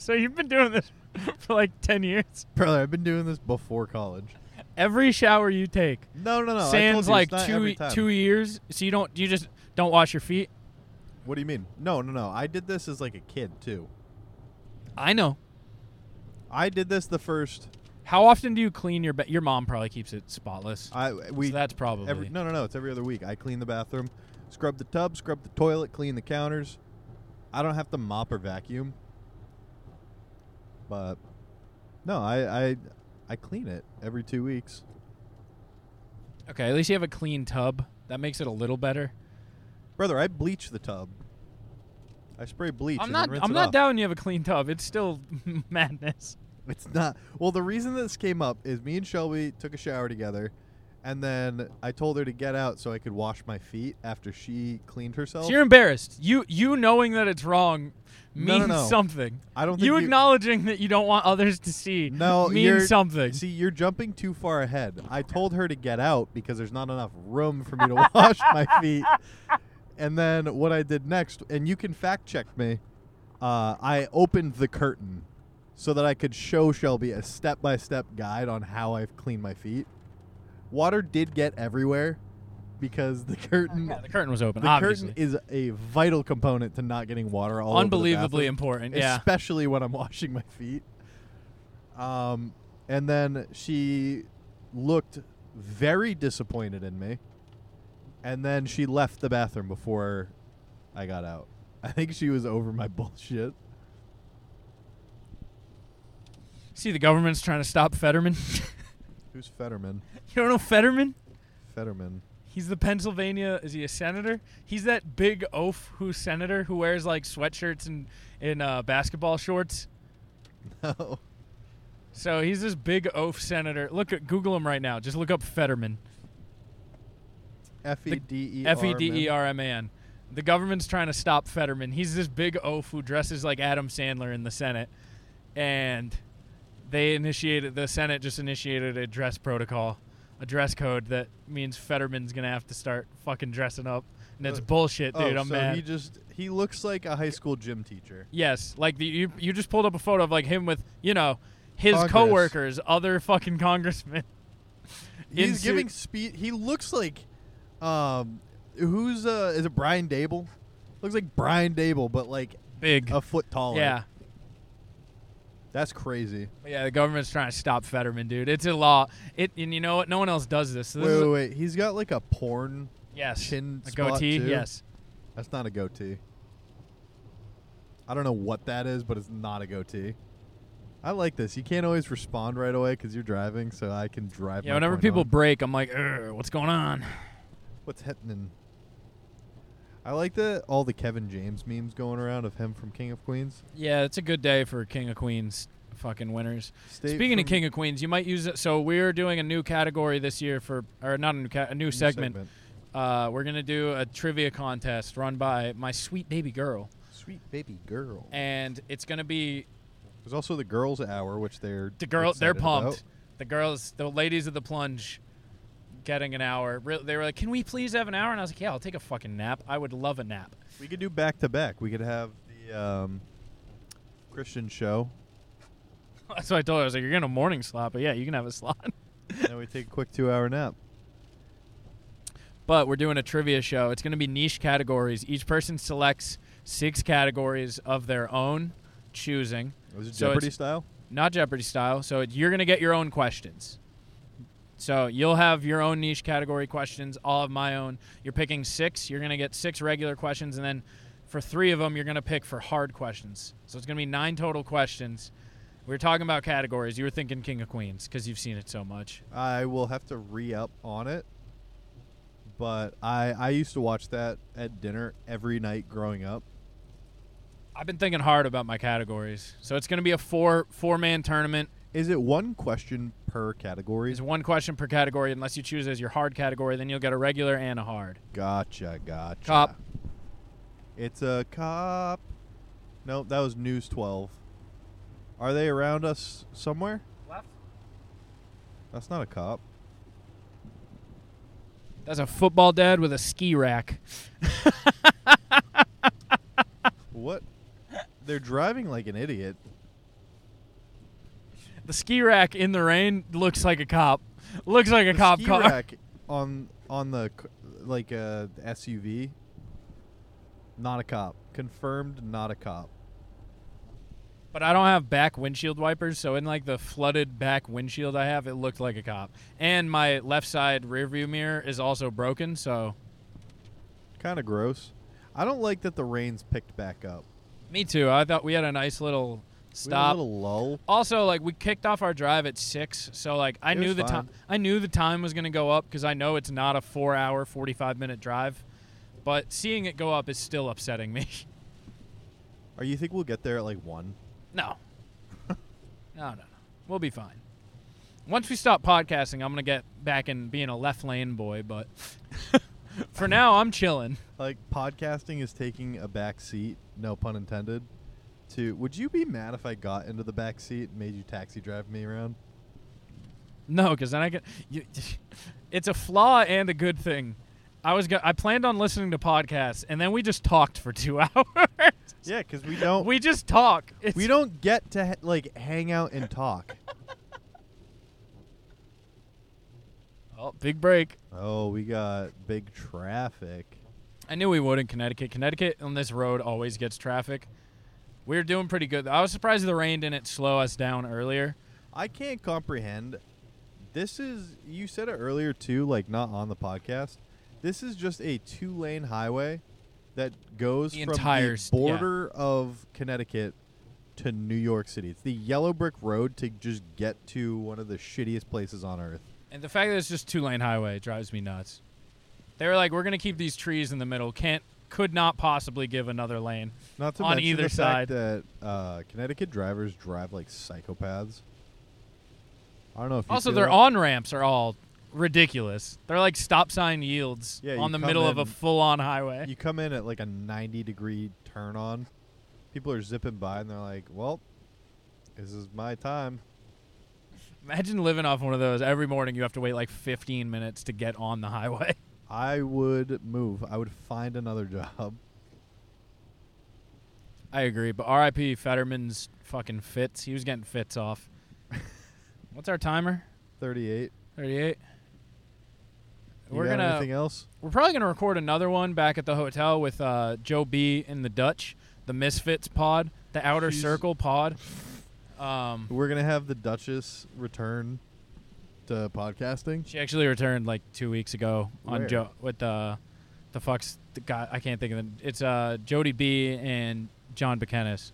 S1: So you've been doing this [laughs] for like ten years.
S2: Brother, I've been doing this before college.
S1: Every shower you take
S2: No, no, no. I told
S1: sands
S2: you,
S1: like
S2: it's not
S1: two e-,
S2: every time.
S1: two years. So you don't you just don't wash your feet.
S2: What do you mean? No, no, no. I did this as like a kid too.
S1: I know.
S2: I did this the first.
S1: How often do you clean your bed? Your mom probably keeps it spotless.
S2: I we
S1: so that's probably
S2: every, no, no, no. It's every other week. I clean the bathroom, scrub the tub, scrub the toilet, clean the counters. I don't have to mop or vacuum. But no, I I I clean it every two weeks.
S1: okay. At least you have a clean tub. That makes it a little better.
S2: Brother, I bleach the tub. I spray bleach.
S1: I'm
S2: and
S1: not.
S2: Then rinse
S1: I'm
S2: it
S1: not
S2: off.
S1: doubting you have a clean tub. It's still [laughs] madness.
S2: [laughs] It's not. Well, the reason this came up is me and Shelby took a shower together, and then I told her to get out so I could wash my feet after she cleaned herself.
S1: So you're embarrassed. You you knowing that it's wrong
S2: No, no,
S1: means
S2: no.
S1: something.
S2: I don't think
S1: You
S2: you-
S1: acknowledging that you don't want others to see [laughs]
S2: no, you're,
S1: means something.
S2: See, you're jumping too far ahead. I told her to get out because there's not enough room for me to [laughs] wash my feet. And then what I did next, and you can fact check me, uh, I opened the curtain so that I could show Shelby a step by step guide on how I've cleaned my feet. Water did get everywhere because the [laughs] curtain.
S1: the curtain was open.
S2: The
S1: obviously,
S2: curtain is a vital component to not getting water all over the
S1: unbelievably
S2: bathroom
S1: important. Yeah.
S2: especially when I'm [laughs] washing my feet. Um, and then she looked very disappointed in me, and then she left the bathroom before I got out. [laughs] I think she was over my [laughs] bullshit.
S1: See, the government's trying to stop Fetterman. [laughs]
S2: Who's Fetterman?
S1: you don't know Fetterman?
S2: Fetterman. [laughs]
S1: He's the Pennsylvania. Is he a senator? He's that big oaf who's senator who wears like sweatshirts and in uh, basketball shorts.
S2: No.
S1: So he's this big oaf senator. Look at Google him right now. Just look up Fetterman.
S2: F E D E R.
S1: F e d e r m a n. The government's trying to stop Fetterman. He's this big oaf who dresses like Adam Sandler in the Senate, and they initiated the Senate just initiated a dress protocol, a dress code that means Fetterman's gonna have to start fucking dressing up, and it's
S2: Uh,
S1: bullshit, dude.
S2: oh,
S1: I'm
S2: so
S1: mad.
S2: he just he looks like a high school gym teacher.
S1: Yes, like the, you you just pulled up a photo of like him with you know his
S2: Congress.
S1: coworkers, other fucking congressmen. [laughs] In
S2: He's
S1: suit.
S2: giving speed. He looks like, um, who's uh, is it Brian Dable? Looks like Brian Dable, but like
S1: Big,
S2: a foot taller.
S1: yeah,
S2: that's crazy.
S1: yeah. The government's trying to stop Fetterman, dude. It's a law. It and you know what? No one else does this. So this
S2: wait,
S1: is
S2: wait, wait. He's got like a porn.
S1: yes,
S2: chin
S1: a
S2: spot,
S1: goatee.
S2: too?
S1: Yes,
S2: That's not a goatee. I don't know what that is, but it's not a goatee. I like this. You can't always respond right away because you're driving, so I can drive.
S1: yeah.
S2: my
S1: Whenever
S2: point
S1: people
S2: on.
S1: break, I'm like, "Ugh, what's going on?
S2: What's happening? I like the all the Kevin James memes going around of him from King of Queens.
S1: Yeah, it's a good day for King of Queens fucking winners.
S2: State
S1: Speaking of
S2: from-
S1: King of Queens, you might use it. So we're doing a new category this year for, or not a new, ca- a new, segment. Uh, we're gonna do a trivia contest run by my sweet baby girl,
S2: Sweet baby girl.
S1: and it's gonna be
S2: There's also the girls' hour, which they're
S1: the girl. They're
S2: excited about.
S1: pumped. The girls, the ladies of the plunge, getting an hour. Re- They were like, "Can we please have an hour?" And I was like, "Yeah, I'll take a fucking nap. I would love a nap." [laughs]
S2: We could do back to back. We could have the um, Christian show,
S1: so I told her, I was like, "You're gonna morning slot, but yeah, you can have a slot." [laughs]
S2: and then we take a quick two-hour nap.
S1: but we're doing a trivia show. It's going to be niche categories. Each person selects six categories of their own choosing.
S2: Was it
S1: So
S2: Jeopardy
S1: it's-
S2: style?
S1: Not Jeopardy style. So it, you're going to get your own questions. So you'll have your own niche category questions, all of my own. You're picking six. You're going to get six regular questions, and then for three of them, you're going to pick for hard questions. So it's going to be nine total questions. We were talking about categories. You were thinking King of Queens because you've seen it so much.
S2: I will have to re up on it. But I I used to watch that at dinner every night growing up.
S1: I've been thinking hard about my categories, so it's going to be a four four man tournament.
S2: Is it one question per category?
S1: It's one question per category, unless you choose as your hard category. Then you'll get a regular and a hard.
S2: Gotcha, gotcha.
S1: Cop.
S2: It's a cop. No, that was News 12. Are they around us somewhere?
S1: Left.
S2: That's not a cop.
S1: That's a football dad with a ski rack.
S2: What? They're driving like an idiot.
S1: [laughs] The ski rack in the rain looks like a cop. Looks like a
S2: The
S1: cop
S2: ski
S1: car.
S2: rack on on the c- like uh, the SUV. Not a cop. Confirmed. Not a cop.
S1: [laughs] But I don't have back windshield wipers, so in like the flooded back windshield I have, it looked like a cop. And my left side rearview mirror is also broken, so
S2: Kind of gross. I don't like that the rain's picked back up.
S1: me too. I thought we had a nice little
S2: We had
S1: stop.
S2: a little lull.
S1: also, like we kicked off our drive at six, so like I
S2: It
S1: knew
S2: was
S1: the time.
S2: fine.
S1: I knew the time was gonna go up because I know it's not a four-hour, forty-five minute drive. But seeing it go up is still upsetting me. [laughs]
S2: Or you think we'll get there at like one?
S1: No. [laughs] no, no, no. We'll be fine. Once we stop podcasting, I'm gonna get back in being a left lane boy, but [laughs] for now I'm chilling.
S2: Like podcasting is taking a back seat. No pun intended. To would you be mad if I got into the back seat and made you taxi drive me around?
S1: No, because then I get. You, [laughs] it's a flaw and a good thing. I was go- I planned on listening to podcasts, and then we just talked for two [laughs] hours.
S2: Yeah, because we
S1: [laughs]
S2: don't.
S1: we just talk. It's,
S2: we don't get to ha- like hang out and talk.
S1: Oh, big break.
S2: oh, we got big traffic.
S1: I knew we would in Connecticut. Connecticut on this road always gets traffic. We were doing pretty good. I was surprised the rain didn't slow us down earlier.
S2: I can't comprehend. This is you said it earlier too, like not on the podcast. This is just a two-lane highway that goes
S1: The
S2: from
S1: entire
S2: the
S1: s- yeah.
S2: border of Connecticut to New York City. It's the yellow brick road to just get to one of the shittiest places on earth.
S1: And the fact that it's just two lane highway drives me nuts. They were like, we're gonna keep these trees in the middle. Can't could not possibly give another lane.
S2: Not to
S1: On
S2: mention
S1: either
S2: the
S1: side.
S2: fact that uh, Connecticut drivers drive like psychopaths. I don't know if you
S1: Also,
S2: feel
S1: their
S2: that.
S1: on ramps are all ridiculous. They're like stop sign yields
S2: Yeah,
S1: on the
S2: you come
S1: middle of a
S2: in-
S1: full on highway.
S2: you come in at like a 90 degree turn on people are zipping by and they're like well this is my time
S1: Imagine living off one of those every morning. You have to wait like 15 minutes to get on the highway.
S2: i would move i would find another [laughs] job
S1: [laughs] I agree, but R.I.P. Fetterman's fucking fits. He was getting fits off. [laughs] What's our timer?
S2: 38
S1: 38.
S2: You
S1: We're
S2: got
S1: gonna
S2: anything else
S1: We're probably going to record another one back at the hotel with uh, Joe B and the Dutch, the Misfits pod, the Outer
S2: She's-
S1: Circle pod. Um,
S2: we're gonna have the duchess return to podcasting
S1: she actually returned like two weeks ago on
S2: Where?
S1: Joe with uh, the fucks the guy I can't think of it. It's uh, Jody B and John Bekenis.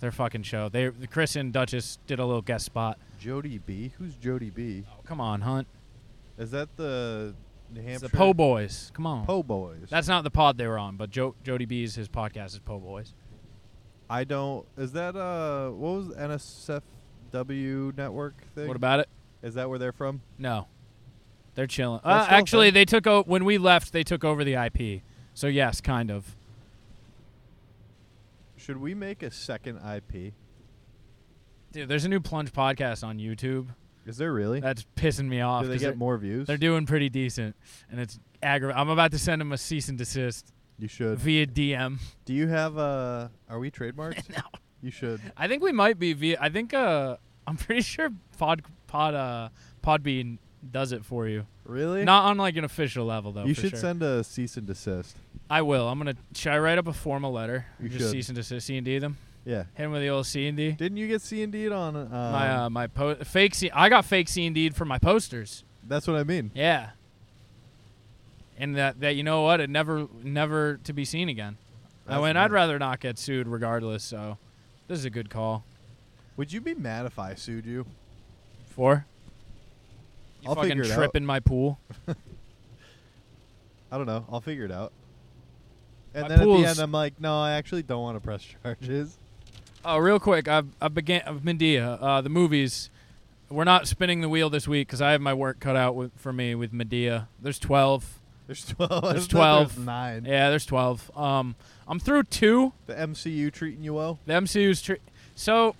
S1: Their fucking show. They Chris and Duchess did a little guest spot.
S2: jody b who's jody b
S1: Oh, come on, Hunt.
S2: is that the new
S1: It's
S2: hampshire
S1: the Po Boys. Come on.
S2: po boys
S1: That's not the pod they were on, but Joe, Jody B's his podcast is Po Boys.
S2: i don't is that uh what was the nsfw network thing
S1: What about it?
S2: is that where they're from
S1: No, they're chilling.
S2: That's
S1: Uh,
S2: still a
S1: actually,
S2: thing.
S1: they took o- when we left. They took over the IP. So yes, kind of.
S2: should we make a second ip
S1: Dude, there's a new plunge podcast on YouTube
S2: is there really
S1: that's pissing me off.
S2: Do they
S1: 'cause
S2: get
S1: they're-
S2: more views?
S1: They're doing pretty decent, and it's aggravating. I'm about to send them a cease and desist
S2: you should.
S1: via DM.
S2: Do you have a? Are we trademarked? [laughs]
S1: No.
S2: You should.
S1: I think we might be via. I think uh, I'm pretty sure Pod Pod uh Podbean does it for you.
S2: Really?
S1: Not on like an official level though.
S2: You
S1: for
S2: should
S1: sure.
S2: send a cease and desist.
S1: I will. I'm gonna. Should I write up a formal letter?
S2: You
S1: just
S2: should.
S1: cease and desist. C and D them.
S2: Yeah.
S1: Hit them with the old C and D.
S2: Didn't you get C and D on? Um,
S1: my uh, my po- fake C- I got fake C indeed for my posters.
S2: that's what I mean.
S1: Yeah. And that that you know what it never never to be seen again. I
S2: That's
S1: went. I'd
S2: nice.
S1: rather not get sued regardless. So this is a good call.
S2: Would you be mad if I sued you?
S1: Four. You
S2: I'll
S1: fucking
S2: figure it
S1: trip
S2: out.
S1: in my pool.
S2: I don't know. I'll figure it out. And
S1: My
S2: then at the
S1: pool's-
S2: end, I'm like, no, I actually don't want to press [laughs] charges.
S1: Oh, real quick, I've I began of Medea. Uh, the movies. We're not spinning the wheel this week because I have my work cut out with, for me with Medea. There's twelve.
S2: There's 12.
S1: There's
S2: [laughs] There's
S1: 12.
S2: nine.
S1: Yeah, there's twelve. Um, I'm through two.
S2: The MCU treating you well?
S1: The MCU's tr- so.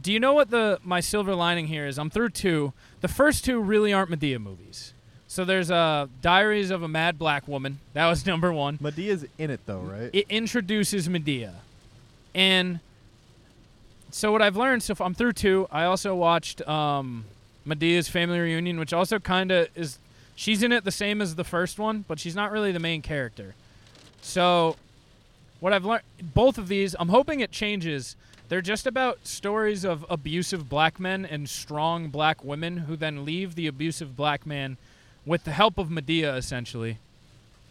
S1: Do you know what the my silver lining here is? I'm through two. The first two really aren't Medea movies. So there's uh, Diaries of a Mad Black Woman. That was [laughs] number one.
S2: Medea's in it, though, right?
S1: it introduces Medea. And so what I've learned, so f- I'm through two. I also watched um, Medea's family reunion, which also kind of is. She's in it the same as the first one, but she's not really the main character. So what I've learned, both of these, I'm hoping it changes. They're just about stories of abusive black men and strong black women who then leave the abusive black man with the help of Medea, essentially.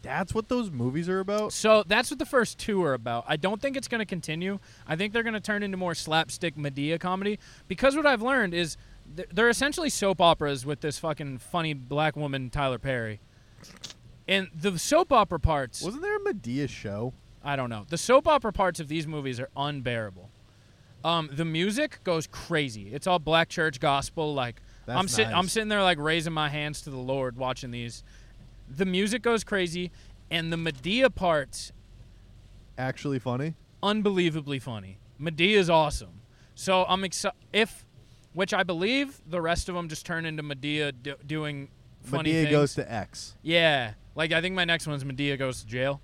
S2: That's what those movies are about?
S1: So that's what the first two are about. I don't think it's going to continue. I think they're going to turn into more slapstick Medea comedy because what I've learned is th- they're essentially soap operas with this fucking funny black woman Tyler Perry. And the soap opera parts,
S2: Wasn't there a Medea show?
S1: I don't know. The soap opera parts of these movies are unbearable. Um, the music goes crazy. It's all black church gospel. Like
S2: That's
S1: I'm sitting, I'm
S2: nice.
S1: sitting there like raising my hands to the Lord watching these. The music goes crazy, and the Medea parts
S2: Actually funny?
S1: unbelievably funny. Medea is awesome. So I'm excited if, which I believe the rest of them just turn into Medea do- doing funny
S2: Medea
S1: things.
S2: goes to X.
S1: yeah, like I think my next one's Medea goes to jail.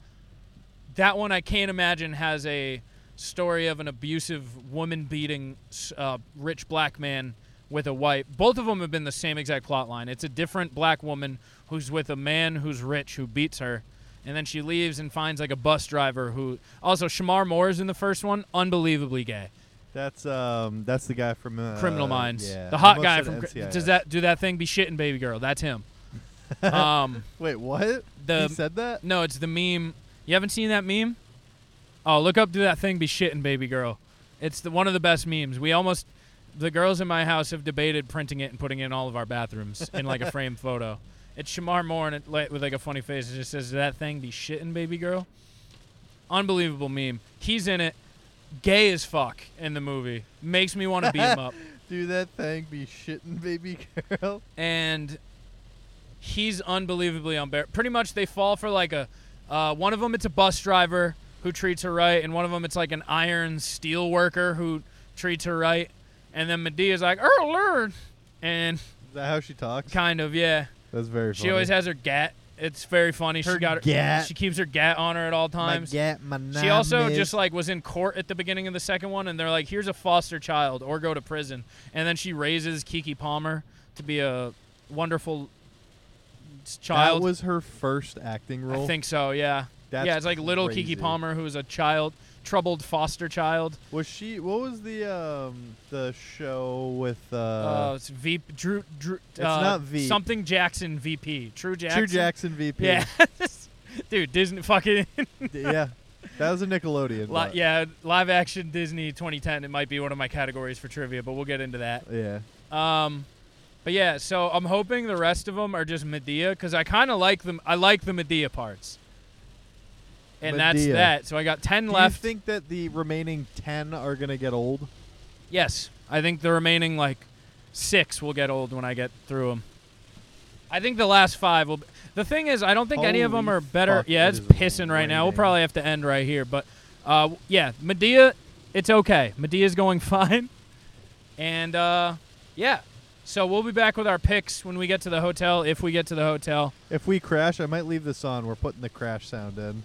S1: That one I can't imagine has a story of an abusive woman beating s- uh, rich black man with a white. Both of them have been the same exact plot line. It's a different black woman who's with a man who's rich who beats her. And then she leaves and finds like a bus driver who also Shamar Moore is in the first one, unbelievably gay.
S2: That's um, that's the guy from uh,
S1: Criminal Minds,
S2: yeah,
S1: the
S2: I
S1: hot
S2: almost
S1: guy
S2: said
S1: from
S2: NCIS.
S1: does that do that thing be shitting baby girl? That's
S2: [laughs]
S1: him. um,
S2: Wait, what?
S1: The-
S2: he said that?
S1: no, it's the meme. You haven't seen that meme? Oh, look up do that thing be shitting baby girl. It's the, one of the best memes. We almost the girls in my house have debated printing it and putting it in all of our bathrooms in like a framed photo. It's Shamar Moore and it like, with like a funny face. It just says "Do that thing be shitting baby girl. Unbelievable meme. He's in it. Gay as fuck in the movie. Makes me want to beat him up.
S2: Do that thing be shitting, baby [laughs] girl?
S1: and he's unbelievably unbearable. Pretty much, they fall for like a uh, one of them. It's a bus driver who treats her right, and one of them it's like an iron steel worker who treats her right. And then Medea's like, "Oh Lord," and
S2: Is that how she talks?
S1: kind of yeah.
S2: That's very funny.
S1: She always has her gat. It's very funny. she
S2: Her
S1: got her.
S2: gat.
S1: She keeps her gat on her at all
S2: My
S1: times.
S2: gat, my
S1: She also
S2: name
S1: just
S2: is-
S1: like was in court at the beginning of the second one, and they're like, "Here's a foster child, or go to prison." And then she raises Kiki Palmer to be a wonderful s- child.
S2: That was her first acting role.
S1: I think so. Yeah.
S2: That's
S1: yeah, it's like little Kiki
S2: crazy.
S1: Palmer, who is a child, troubled foster child.
S2: Was she? What was the um the show with uh,
S1: Uh, it's Veep, Drew, Drew
S2: It's
S1: uh,
S2: not Veep.
S1: something Jackson VP, True Jackson.
S2: True Jackson VP?
S1: Yeah. [laughs] Dude, Disney fucking
S2: [laughs]
S1: [laughs]
S2: D- yeah. That was a Nickelodeon.
S1: li-
S2: but-
S1: yeah, live action Disney 2010. It might be one of my categories for trivia, but we'll get into that.
S2: Yeah.
S1: Um, but yeah, so I'm hoping the rest of them are just Medea because I kind of like them. I like the Medea parts, and
S2: Medea.
S1: that's that. So I got ten
S2: Do
S1: left.
S2: you think that the remaining ten are gonna get old?
S1: yes, I think the remaining like six will get old when I get through them. I think the last five will. Be, the thing is, I don't think any of them
S2: Holy
S1: are better.
S2: fuck,
S1: yeah,
S2: it
S1: it's
S2: is
S1: pissing right now. We'll
S2: raining.
S1: probably have to end right here. But uh, yeah, Medea, it's okay. Medea's going [laughs] fine. And uh, yeah, so we'll be back with our picks when we get to the hotel, if we get to the hotel.
S2: If we crash, I might leave this on. We're putting the crash sound in.